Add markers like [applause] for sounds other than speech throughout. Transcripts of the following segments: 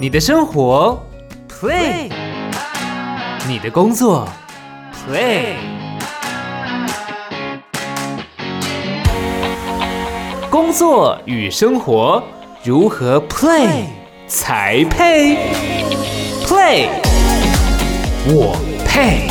你的生活，play；你的工作，play。工作与生活如何 play 才配？play，我配。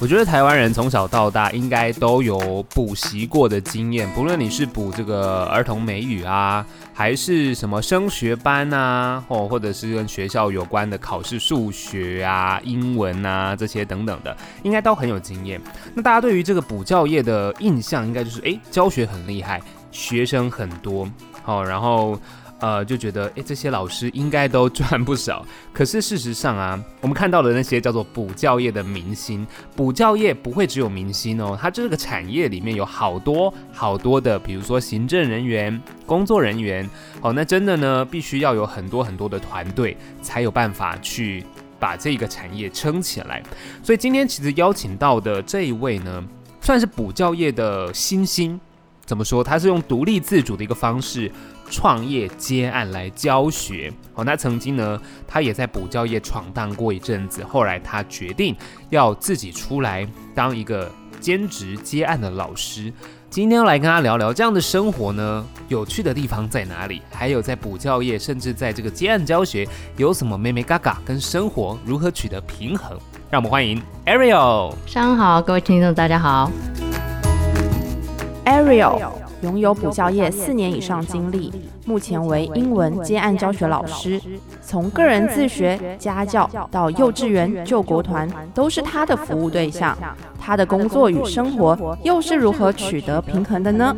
我觉得台湾人从小到大应该都有补习过的经验，不论你是补这个儿童美语啊，还是什么升学班啊，哦，或者是跟学校有关的考试、数学啊、英文啊这些等等的，应该都很有经验。那大家对于这个补教业的印象，应该就是诶，教学很厉害，学生很多，好、哦，然后。呃，就觉得诶，这些老师应该都赚不少。可是事实上啊，我们看到的那些叫做补教业的明星，补教业不会只有明星哦，它这个产业里面有好多好多的，比如说行政人员、工作人员。哦，那真的呢，必须要有很多很多的团队，才有办法去把这个产业撑起来。所以今天其实邀请到的这一位呢，算是补教业的新星。怎么说？他是用独立自主的一个方式创业接案来教学。哦，那曾经呢，他也在补教业闯荡过一阵子，后来他决定要自己出来当一个兼职接案的老师。今天要来跟他聊聊这样的生活呢，有趣的地方在哪里？还有在补教业，甚至在这个接案教学有什么妹妹嘎嘎跟生活如何取得平衡？让我们欢迎 Ariel。上午好，各位听众，大家好。 Ariel 拥有补教业四年以上经历，目前为英文接案教学老师。从个人自学、家教到幼稚园、救国团，都是他的服务对象。他的工作与生活又是如何取得平衡的呢？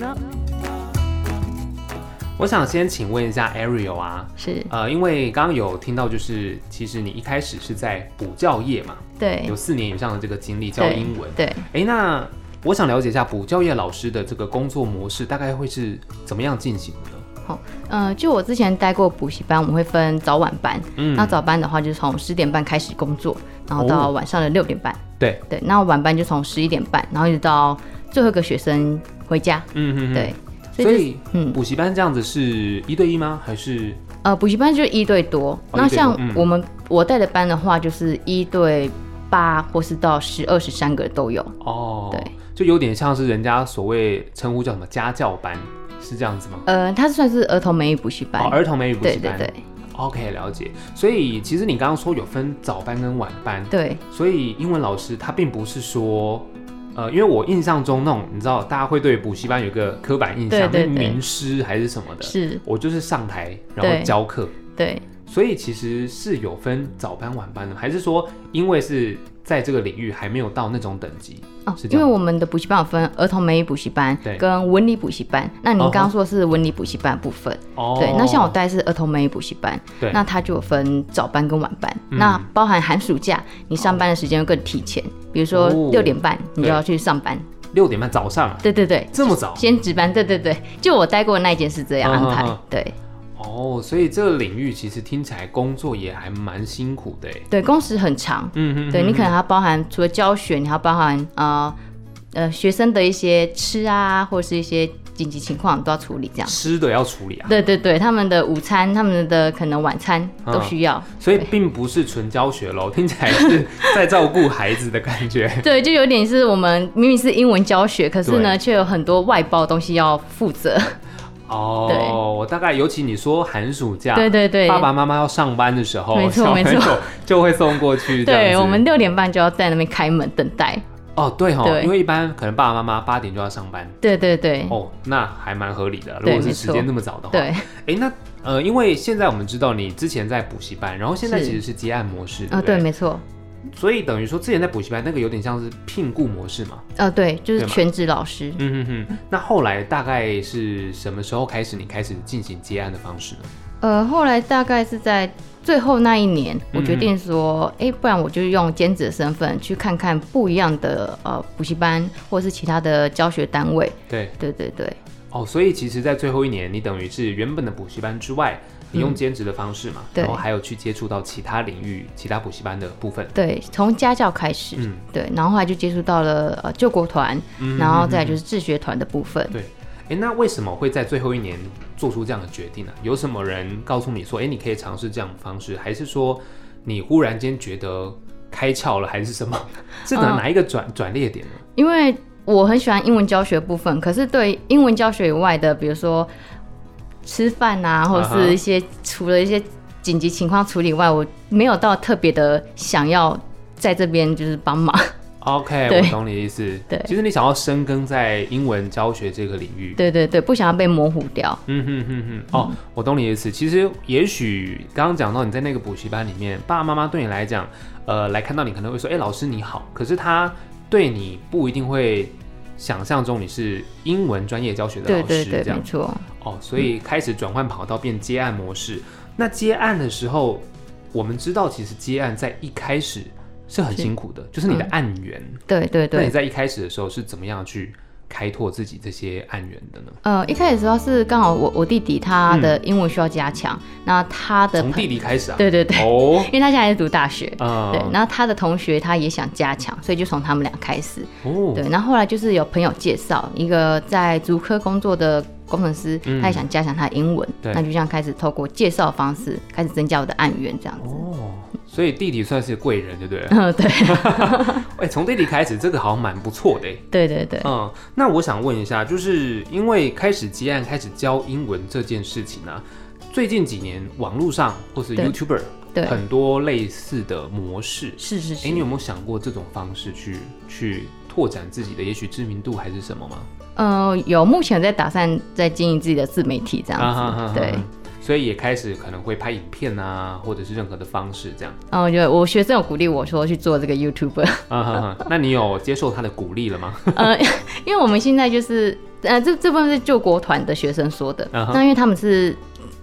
我想先请问一下 Ariel 啊，是呃，因为刚刚有听到，就是其实你一开始是在补教业嘛，对有，四年以上的这个经历教英文。对，诶，那我想了解一下补教业老师的这个工作模式大概会是怎么样进行的呢？嗯、就我之前待过补习班，我们会分早晚班。嗯那早班的话，就是从十点半开始工作，然后到晚上的六点半。哦对，对，那晚班就从十一点半，然后一直到最后一个学生回家。嗯嗯，嗯对，，所就是以嗯补习班这样子是一对一吗？还是呃，补习班就是一对多。哦那一对多像嗯我们、我带的班的话，就是一对八，或是到十二、十三个都有。哦，对，就有点像是人家所谓称呼叫什么家教班，是这样子吗？呃，它算是儿童美语补习班。哦，儿童美语补对习对班。对 OK，了解。所以其实你刚刚说有分早班跟晚班，对，所以英文老师他并不是说，呃，因为我印象中那种你知道，大家会对补习班有一个刻板印象，对对那对名师还是什么的，是，我就是上台然后对教课。对。所以其实是有分早班晚班的，还是说因为是在这个领域还没有到那种等级？哦是，这因为样我们的补习班有分儿童美语补习班对跟文理补习班，那您哦吼刚刚说的是文理补习班的部分，哦对。那像我带的是儿童美语补习班，对那它就有分早班跟晚班，嗯那包含寒暑假，你上班的时间更提前，比如说哦六点半你就对要去上班，六点半早上啊对对对，这么早先值班，对对对，就我待过的那一间是这样安嗯排，嗯嗯对哦，所以这个领域其实听起来工作也还蛮辛苦的耶。欸对，工时很长，嗯嗯，对嗯你可能嗯还要包含除了教学，你还要包含呃呃学生的一些吃啊，或者是一些紧急情况都要处理这样。吃的要处理啊，对对对，他们的午餐、他们的可能晚餐啊都需要。所以并不是纯教学咯，听起来是在照顾孩子的感 [laughs] 觉。对，就有点是我们明明是英文教学，可是呢，对却有很多外包东西要负责。对哦，我大概尤其你说寒暑假，对对对，啊爸爸妈妈要上班的时候，没错小朋没错友 [laughs] 就会送过去这样子。对我们六点半就要在那边开门等待。哦，对哦，对因为一般可能爸爸妈妈八点就要上班。对对对、哦，那还蛮合理的。如对果是没时错间那么早的话，对，哎，那呃，因为现在我们知道你之前在补习班，然后现在是其实是接案模式，对啊、不对，对？没错，所以等于说之前在补习班那个有点像是聘雇模式嘛。呃，对，就是对嘛全职老师。嗯哼哼。那后来大概是什么时候开始你开始进行接案的方式呢？呃，后来大概是在最后那一年，我决嗯定说，哎、不然我就用兼职的身份去看看不一样的呃补习班，或是其他的教学单位。对，对对对，哦，所以其实，在最后一年，你等于是原本的补习班之外，你用兼职的方式嘛，嗯对然后还有去接触到其他领域、其他补习班的部分。对，从家教开始，嗯，对，然后后来就接触到了呃救国团，嗯，然后再来就是是自学团的部分。哎、那为什么会在最后一年做出这样的决定呢、有什么人告诉你说，哎、你可以尝试这样的方式，还是说你忽然间觉得开窍了，还是什么？ [laughs] 是哪、嗯哪一个转转捩点呢？因为我很喜欢英文教学部分，可是对英文教学以外的，比如说吃饭啊，或者啊哈是一些、除了一些紧急情况处理以外，我没有到特别的想要在这边就是帮忙。 [laughs] OK，对我懂你的意思。对其实你想要深耕在英文教学这个领域。对对对，不想要被模糊掉。嗯哼哼哼，哦，我懂你的意思。其实也许刚刚讲到你在那个补习班里面，爸爸妈妈对你来讲，呃，来看到你可能会说，哎、老师你好。可是他对你不一定会想象中你是英文专业教学的对老对师对，这样没错。哦，所以开始转换跑道变接案模式。那接案的时候，我们知道其实接案在一开始是很是辛苦的，就是你的嗯案源。对对那你对，在一开始的时候是怎么样去开拓自己这些案源的呢？呃，一开始的时候是刚好我我弟弟他的英文需要加强，那他的从朋弟弟开始啊？对对 [laughs] 对，哦，因为他现在在读大学，啊对，然后他的同学他也想加强，所以就从他们俩开始。哦，对，然后后来就是有朋友介绍一个在竹科工作的工程师，嗯他也想加强他的英文，对那就这样开始透过介绍方式开始增加我的案源，这样子。哦，所以弟弟算是贵人，对不对？嗯， [laughs] 对，哎，从弟弟开始，这个好像蛮不错的哎。对对对，嗯，那我想问一下，就是因为开始接案、开始教英文这件事情啊，最近几年网络上或是对 YouTuber 对，很多类似的模式，是是是哎，。你有没有想过这种方式去去拓展自己的，也许知名度还是什么吗？呃，有目前在打算在经营自己的自媒体这样子，啊哈哈哈对。所以也开始可能会拍影片啊，或者是任何的方式这样。 [laughs] 嗯，我觉得我学生有鼓励我说去做这个 YouTuber，啊哈哈，那你有接受他的鼓励了吗？呃， [laughs] 因为我们现在就是呃，这这部分是救国团的学生说的，嗯哼那因为他们是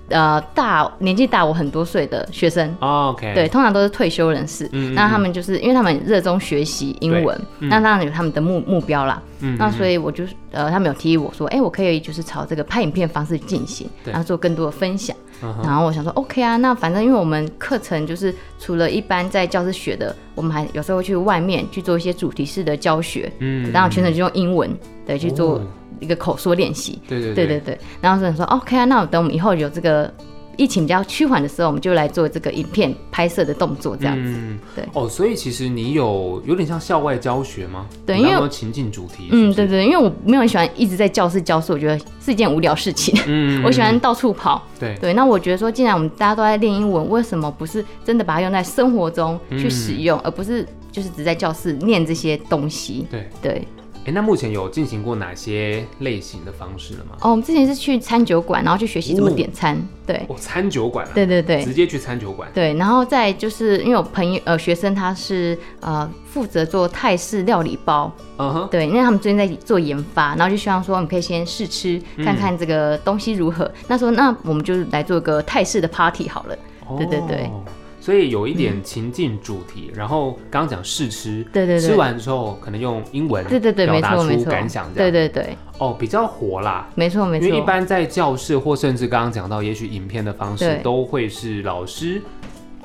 呃大年纪大我很多岁的学生，哦 OK，哦对，，通常都是退休人士。哎嗯那他们就是因为他们热衷学习英文，嗯那当然有他们的目目标啦。嗯那所以我就是呃，他们有提议我说，哎、我可以就是朝这个拍影片方式进行，对然后做更多的分享。嗯哼然后我想说，OK 啊，那反正因为我们课程就是除了一般在教室学的，我们还有时候会去外面去做一些主题式的教学，嗯然后全程就用英文对去做哦一个口说练习。对对对对对，然后所以说 OK 啊，那我等我们以后有这个疫情比较趋缓的时候，我们就来做这个影片拍摄的动作，这样。嗯对哦，所以其实你有有点像校外教学吗？对你刚因刚为说情境主题，嗯，是对不是，对，因为我没有很喜欢一直在教室教书，我觉得是一件无聊 [laughs] 事情。嗯我喜欢到处跑，对对。那我觉得说，既然我们大家都在练英文，为什么不是真的把它用在生活中去使用，嗯而不是就是只在教室念这些东西？对。对，哎，那目前有进行过哪些类型的方式了吗？哦，我们之前是去餐酒馆，然后去学习怎么哦点餐，对，哦，餐酒馆啊，对对对，直接去餐酒馆，对，然后再就是因为我朋友呃学生他是呃负责做泰式料理包，嗯哼，对，因为他们最近在做研发，然后就希望说我们可以先试吃嗯看看这个东西如何。那时候那我们就来做个泰式的 party 好了，哦对对对。嗯所以有一点情境主题，然后刚刚讲试吃，对对对吃完之后可能用英文对对对，表没达错没出错感想，，这对样对对，哦，比较火啦，没错没因为一错，般在教室或甚至刚刚讲到，也许影片的方式对都会是老师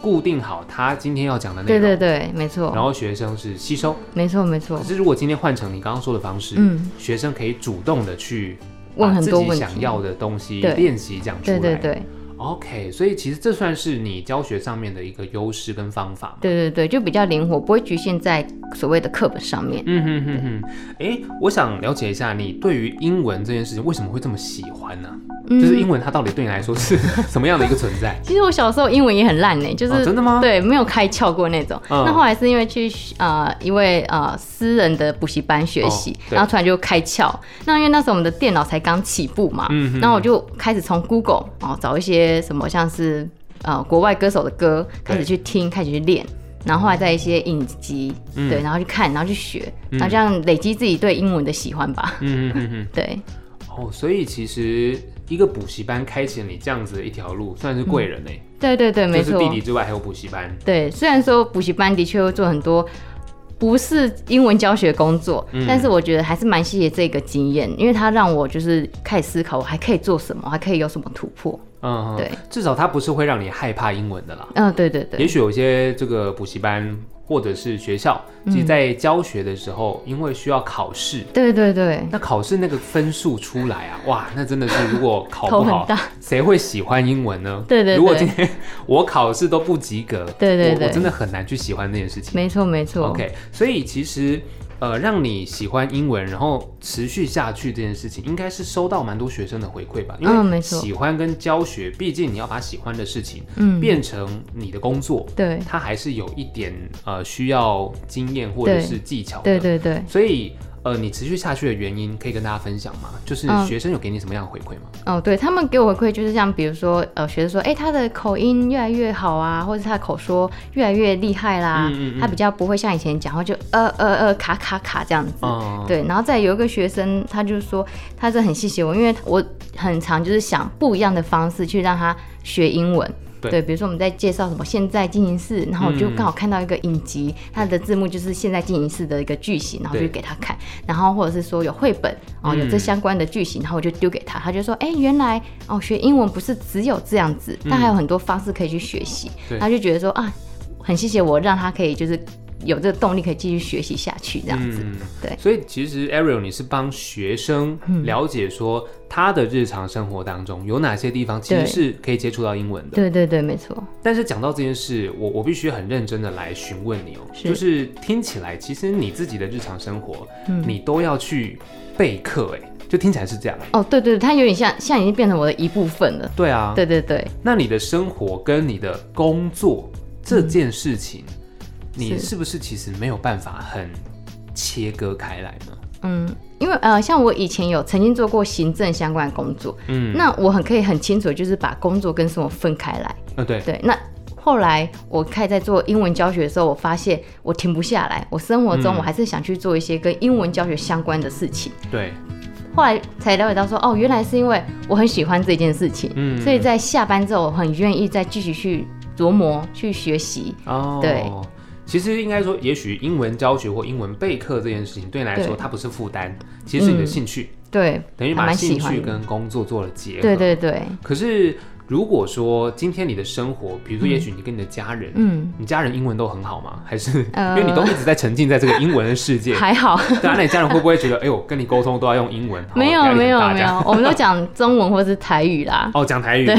固定好他今天要讲的内对容，对对，没然错后学生是吸收。没错没错可，是如果今天换成你刚刚说的方式，嗯，学生可以主动的去问很多把自问己想题，要的东西对练习讲出来。对对对。 OK，所以其实这算是你教学上面的一个优势跟方法嘛。对对对，就比较灵活，不会局限在所谓的课本上面。嗯哼哼哼，哎，我想了解一下你对于英文这件事情为什么会这么喜欢呢、嗯就是英文它到底对你来说是 [laughs] 什么样的一个存在？其实我小时候英文也很烂呢、就是、哦真的吗对，没有开窍过那种。嗯那后来是因为去呃一位呃私人的补习班学习，哦对然后突然就开窍。那因为那时候我们的电脑才刚起步嘛，嗯哼然后我就开始从 Google 哦找一些什么像是呃国外歌手的歌，开始去听，开始去练。然后后来在一些影集，嗯对，然后去看，然后去学，嗯然后这样累积自己对英文的喜欢吧。嗯哼哼哼。对，哦，所以其实一个补习班开启了你这样子的一条路，算是贵人呢、欸对对对，嗯没就是错。弟弟之外还有补习班，对，虽然说补习班的确会做很多不是英文教学工作，嗯但是我觉得还是蛮谢谢这个经验，因为它让我就是开始思考，我还可以做什么，还可以有什么突破。嗯，对，至少它不是会让你害怕英文的啦。嗯，对对对也，许有些这个补习班或者是学校，嗯其实在教学的时候，因为需要考试，对对对，那考试那个分数出来啊，哇，那真的是如果考头不很好，大，谁会喜欢英文呢？对对对如果今天我考试都不及格，对对我对我真的很难去喜欢那件事情。没错没错 OK，所以其实呃，让你喜欢英文，然后持续下去这件事情，应该是收到蛮多学生的回馈吧？因嗯为没错喜欢跟教学，毕竟你要把喜欢的事情嗯，变成你的工作，对它还是有一点呃需要经验或者对是技巧的。对对对，所以呃，你持续下去的原因可以跟大家分享吗？就是嗯学生有给你什么样的回馈吗？哦，对他们给我回馈就是像比如说，呃，学生说，哎、他的口音越来越好啊，或者他的口说越来越厉害啦，嗯嗯嗯他比较不会像以前讲话就呃呃呃卡卡卡这样子。嗯，对，然后再有一个学生，他就说他真的很谢谢我，因为我很常就是想不一样的方式去让他学英文。对比如说我们在介绍什么现在进行式，然后我就嗯刚好看到一个影集，它的字幕就是现在进行式的一个句型，然后就对给他看，然后或者是说有绘本哦，有这嗯相关的句型，然后我就丢给他，他就说，哎，原来哦学英文不是只有这样子，但还有很多方式可以去学习，嗯对他就觉得说啊，很谢谢我让他可以就是有这个动力可以继续学习下去这样子，嗯，对嗯所以其实 Ariel，你是帮学生了解说他的日常生活当中有哪些地方其实对是可以接触到英文的。对对对，没错。但是讲到这件事，我我必须很认真的来询问你哦、是就是听起来其实你自己的日常生活，嗯你都要去备课，哎，就听起来是这样。哦，对对，对它有点像，现在已经变成我的一部分了。对啊，对对对，那你的生活跟你的工作这件事情，你嗯是是不是其实没有办法很切割开来呢？嗯，因为呃，像我以前有曾经做过行政相关的工作，嗯，那我很可以很清楚，就是把工作跟生活分开来。呃对，对，那后来我开始在做英文教学的时候，我发现我停不下来，我生活中嗯我还是想去做一些跟英文教学相关的事情。对，后来才了解到说，哦，原来是因为我很喜欢这件事情，嗯所以在下班之后，我很愿意再继续去琢磨、去学习。哦，对。其实应该说，也许英文教学或英文备课这件事情对你来说，对它不是负担，其实是你的嗯兴趣，对，等于还把蛮兴喜欢趣的跟工作做了结合。对对对，可是如果说今天你的生活，比如说也许你跟你的家人，嗯，你家人英文都很好吗？还是、[laughs] 呃因为你都一直在沉浸在这个英文的世界？还好。对啊， [laughs] 那你家人会不会觉得，哎呦，跟你沟通都要用英文？好 [laughs] 没有压力没很有大没这样有，我们都讲中文或是台 [laughs] 语啦。哦，讲台语。对，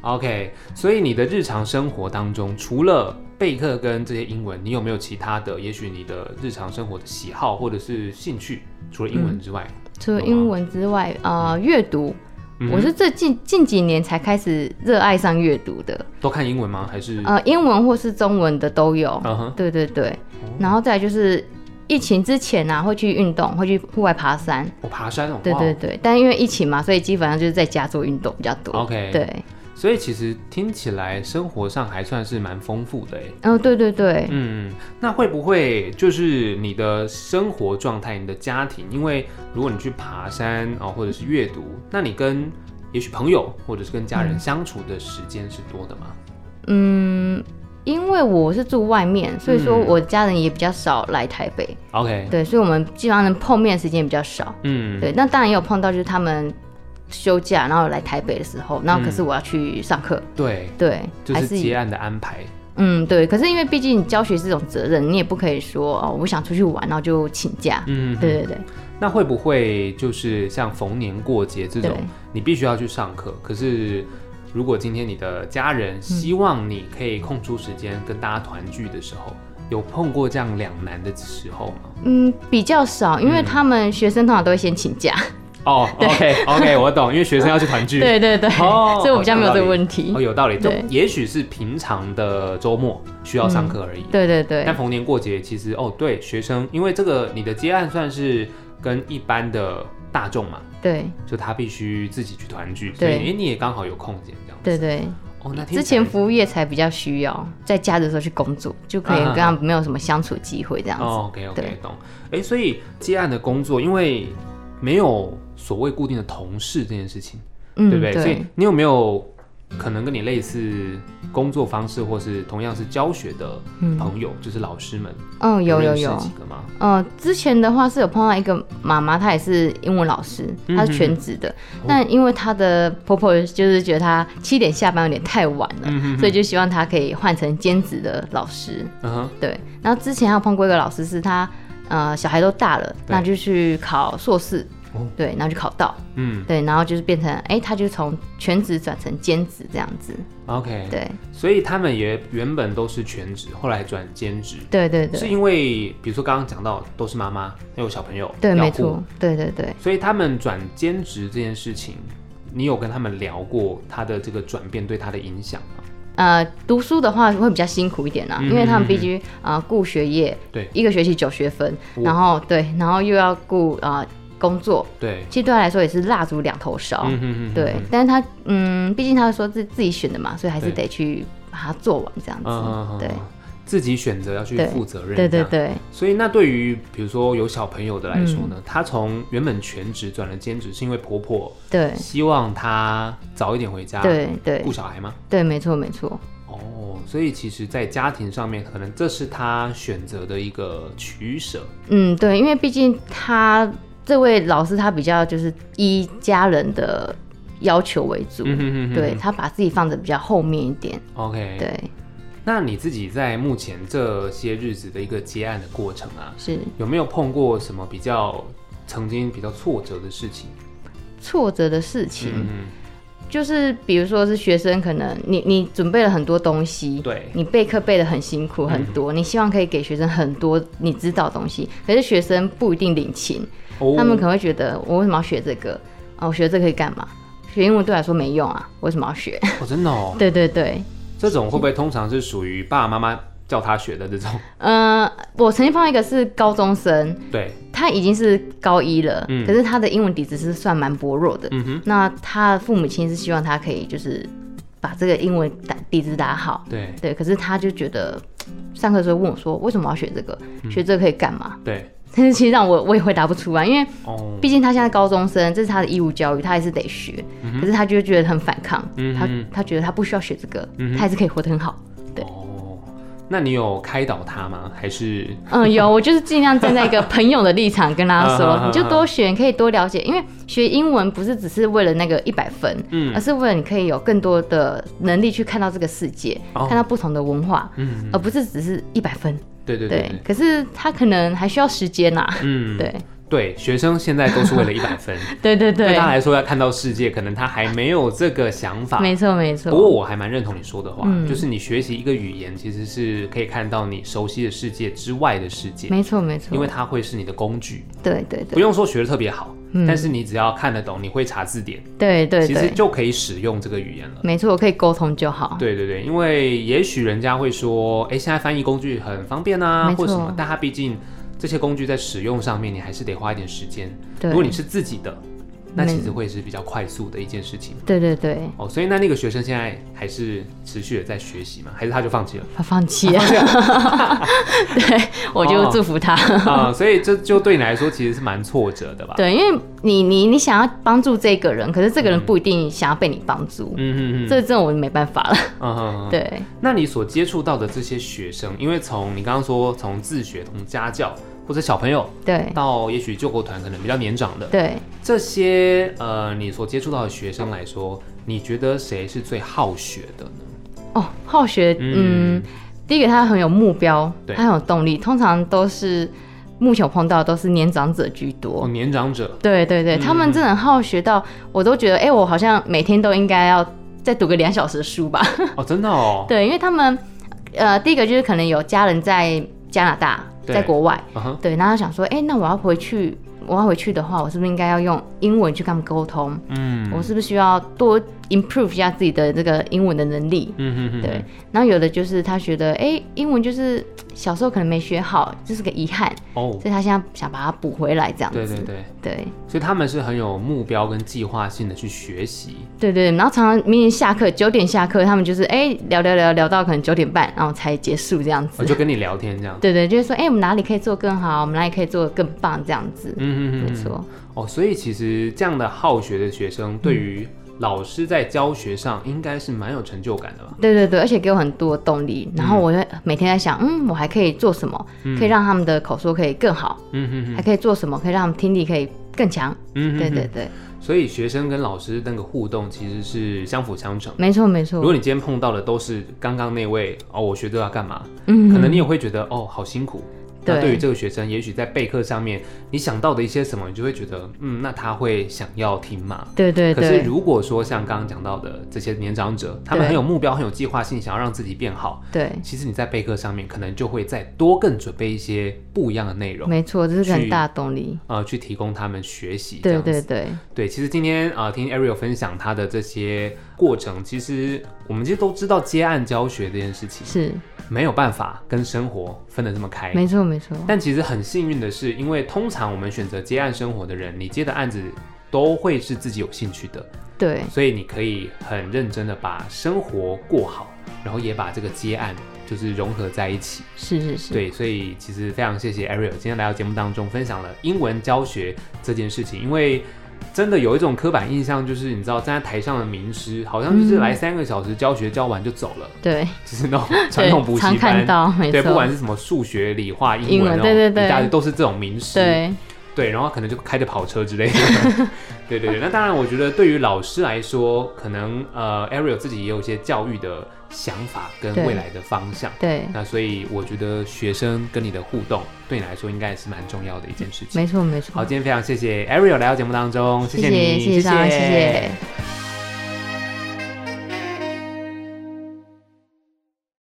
OK，所以你的日常生活当中，除了备课跟这些英文，你有没有其他的？也许你的日常生活的喜好或者是兴趣，除了英嗯文之外，除了英文之外，呃，阅读，嗯我是这近近几年才开始热爱上阅读的，嗯都看英文吗？还是？呃，英文或是中文的都有。嗯哦哼，对对对，然后再来就是疫情之前啊，会去运动，会去户外爬山。我爬山哦。对哇对对，但因为疫情嘛，所以基本上就是在家做运动比较多。 OK 对，所以其实听起来生活上还算是蛮丰富的诶。欸嗯、对对对，嗯，那会不会就是你的生活状态、你的家庭？因为如果你去爬山啊、哦或者是阅读，那你跟也许朋友或者是跟家人相处的时间是多的吗？嗯，因为我是住外面，所以说嗯我家人也比较少来台北。 OK，对，所以我们基本上能碰面的时间比较少。嗯，对，那当然也有碰到，就是他们休假然后来台北的时候，然后可是我要去上课，对，对，嗯就还是接是案的安排，嗯对，可是因为毕竟教学是一种责任，你也不可以说哦，我想出去玩，然后就请假。嗯，对对对，那会不会就是像逢年过节这种对，你必须要去上课，可是如果今天你的家人希望你可以空出时间跟大家团聚的时候，有碰过这样两难的时候吗？嗯，比较少，因为他们学生通常都会先请假。哦、o k [laughs] OK，我懂，因为学生要去团聚。对对对，嗯哦 [laughs] 所以我比较没有这个问题哦，。有道理。就对也许是平常的周末需要上课而已。嗯对对对但，逢年过节，其实哦，对学生，因为这个你的接案算是跟一般的大众嘛，对就他必须自己去团聚，所以对哎、你也刚好有空闲这样。对对，哦，那听之起来前服务业才比较需要，在家的时候去工作，就可以跟他们没有什么相处机会这样子。啊哦，OK OK，对懂。哎，所以接案的工作，因为没有所谓固定的同事这件事情，嗯，对不对？所以你有没有可能跟你类似工作方式或是同样是教学的嗯朋友，就是老师们，嗯，有有认识有，几个吗？呃，之前的话是有碰到一个妈妈，她也是英文老师，嗯她是全职的，哦但因为她的婆婆就是觉得她七点下班有点太晚了，嗯哼所以就希望她可以换成兼职的老师。嗯哼，对，然后之前还有碰过一个老师，是他呃小孩都大了，对那就去考硕士哦，对，然后就考到，嗯对，然后就是变成哎，他就从全职转成兼职这样子， ，OK，对，所以他们也原本都是全职，后来转兼职，对对是对，因为比如说刚刚讲到都是妈妈，又有小朋友，对，要没顾错，对对对。所以他们转兼职这件事情，你有跟他们聊过他的这个转变对他的影响吗？呃，读书的话会比较辛苦一点啦，嗯因为他们必须呃顾学业，对一个学期九学分，哦然后对，然后又要顾呃工作，对，其实对他来说也是蜡烛两头烧，嗯哼哼对哼，但是他嗯，毕竟他说自自己选的嘛，所以还是对得去把它做完这样嗯嗯嗯子，对嗯自己选择要去对负责任，对对。对，所以那对于比如说有小朋友的来说呢，她从原本全职转了兼职，是因为婆婆对希望她早一点回家，对对顾小孩吗？对，没错没错，哦，所以其实，在家庭上面，可能这是她选择的一个取舍，嗯对，因为毕竟他这位老师他比较就是依家人的要求为主，嗯哼哼哼对他把自己放的比较后面一点， ，OK，对，那你自己在目前这些日子的一个接案的过程啊，是有没有碰过什么比较曾经比较挫折的事情？挫折的事情，嗯就是比如说是学生可能你你准备了很多东西，哼，嗯对，嗯你备课备的很辛苦很多，你希望可以给学生很多你知道的东西，可是学生不一定领情，哦他们可能会觉得我为什么要学这个？啊，我学这个可以干嘛？学英文对我来说没用啊，我为什么要学？ [laughs] 哦，真的哦，对对对，这种会不会通常是属于爸爸妈妈叫他学的这种？ [laughs] 呃，我曾经碰到一个是高中生，对，他已经是高一了，嗯可是他的英文底子是算蛮薄弱的。嗯哼，那他父母亲是希望他可以就是把这个英文打底子打好，对对，可是他就觉得上课的时候问我说，为什么要学这个？嗯学这个可以干嘛？ [laughs] 对，但是其实让我我也回答不出来，因为哦，毕竟他现在高中生，这是他的义务教育，他还是得学。可是他就会觉得很反抗，嗯他哼他觉得他不需要学这个，嗯哼他还是可以活得很好。对哦，那你有开导他吗？还是嗯，有，我就是尽量站在一 [laughs] 个朋友的立场跟他啊啊说啊啊，你就多学，你可以多了解，因为学英文不是只是为了那个一百分，嗯而是为了你可以有更多的能力去看到这个世界，哦看到不同的文化，嗯，而不是只是一百分。对对对对对，，可是他可能还需要时间呐。嗯，对，对，学生现在都是为了一百分，对 [laughs] 对对对他，来说要看到世界，可能他还没有这个想法，没错没错。不过我还蛮认同你说的话，嗯就是你学习一个语言，其实是可以看到你熟悉的世界之外的世界，没错没错，因为它会是你的工具。对对不对用说学的特别好，嗯但是你只要看得懂，你会查字典，对对其实对，就可以使用这个语言了。没错，我可以沟通就好。对对对，因为也许人家会说，哎、现在翻译工具很方便啊，没或错什么，但它毕竟这些工具在使用上面，你还是得花一点时间。对如果你是自己的，那其没实会是比较快速的一件事情。对对对，哦，所以那那个学生现在还是持续的在学习嘛，还是他就放弃 [laughs] 了？他放弃了， [laughs] 对我哦就祝福他。啊、所以这就对你来说其实是蛮挫折的吧？，对，因为你你你想要帮助这个人，可是这个人不一定想要被你帮助，嗯嗯嗯嗯，这这我没办法了。嗯哼，哼 [laughs] 对，那你所接触到的这些学生，因为从你刚刚说从自学、从家教或者小朋友对到也许救国团可能比较年长的对，这些呃，你所接触到的学生来说，你觉得谁是最好学的呢？哦，好学，嗯，第一个他很有目标，对他很有动力，通常都是目前我碰到的都是年长者居多。哦，年长者，对对对，嗯他们真的很好学到，我都觉得，哎、我好像每天都应该要再读个两小时的书吧。哦，真的哦， [laughs] 对，因为他们，呃，第一个就是可能有家人在加拿大，对在国外，嗯哼，对，然后想说，哎、那我要回去，我要回去的话，我是不是应该要用英文去跟他们沟通？嗯我是不是需要多 improve 一下自己的这个英文的能力？嗯哼哼，对，然后有的就是他觉得，哎、英文就是小时候可能没学好，这是个遗憾，哦，所以他现在想把它补回来，这样子。对对对，对所以他们是很有目标跟计划性的去学习，对对，然后常常明明下课九点下课，他们就是哎、聊聊聊聊到可能九点半，然后才结束这样我子。哦就跟你聊天这样。对对，就是说哎、我们哪里可以做更好，我们哪里可以做得更棒这样子。嗯嗯嗯，没错，嗯哦，所以其实这样的好学的学生，对于老师在教学上应该是蛮有成就感的吧？对对对，而且给我很多动力。然嗯后我就每天在想，嗯，我还可以做什么，可以让他们的口说可以更好，嗯哼还哼，可以做什么可以让他们听力可以更强。嗯哼对哼对对，所以学生跟老师那个互动其实是相辅相成。没错没错。如果你今天碰到的都是刚刚那位哦，我学这要干嘛？嗯可能你也会觉得哦，好辛苦。那对对于这个学生，也许在备课上面，你想到的一些什么，你就会觉得，嗯，那他会想要听吗？对对可是对如果说像刚刚讲到的这些年长者，他们对嗯很有目标、很有计划性，想要让自己变好，对，其实你在备课上面可能就会再多更准备一些不一样的内容，没错，这是个去很大的动力。呃，去提供他们学习这对样子。对对，对，其实今天啊、呃听 Ariel 分享他的这些过程，其实我们其实都知道接案教学这件事情是没有办法跟生活分得这么开。没错没错。但其实很幸运的是，因为通常我们选择接案生活的人，你接的案子都会是自己有兴趣的，对所以你可以很认真的把生活过好，然后也把这个接案就是融合在一起。是是是。对，所以其实非常谢谢 Ariel 今天来到节目当中分享了英文教学这件事情，因为真的有一种刻板印象，就是你知道站在台上的名师好像就是嗯来三个小时教学教完就走了，对，就是那种传统对补习常 [laughs] 看班。到，没对，错，不管是什么数学、理化、英英文文哦，对对对一大堆都是这种名师。对对，然后可能 [laughs] 就开着跑车之类的。 [laughs] 对对对，那当然，我觉得对于老师来说，可能呃，Ariel 自己也有一些教育的想法跟对未来的方向。对，那所以我觉得学生跟你的互动，对你来说应该也是蛮重要的一件事情。没错没错。好，今天非常谢谢 Ariel 来到节目当中，谢谢你，谢谢谢张，谢谢。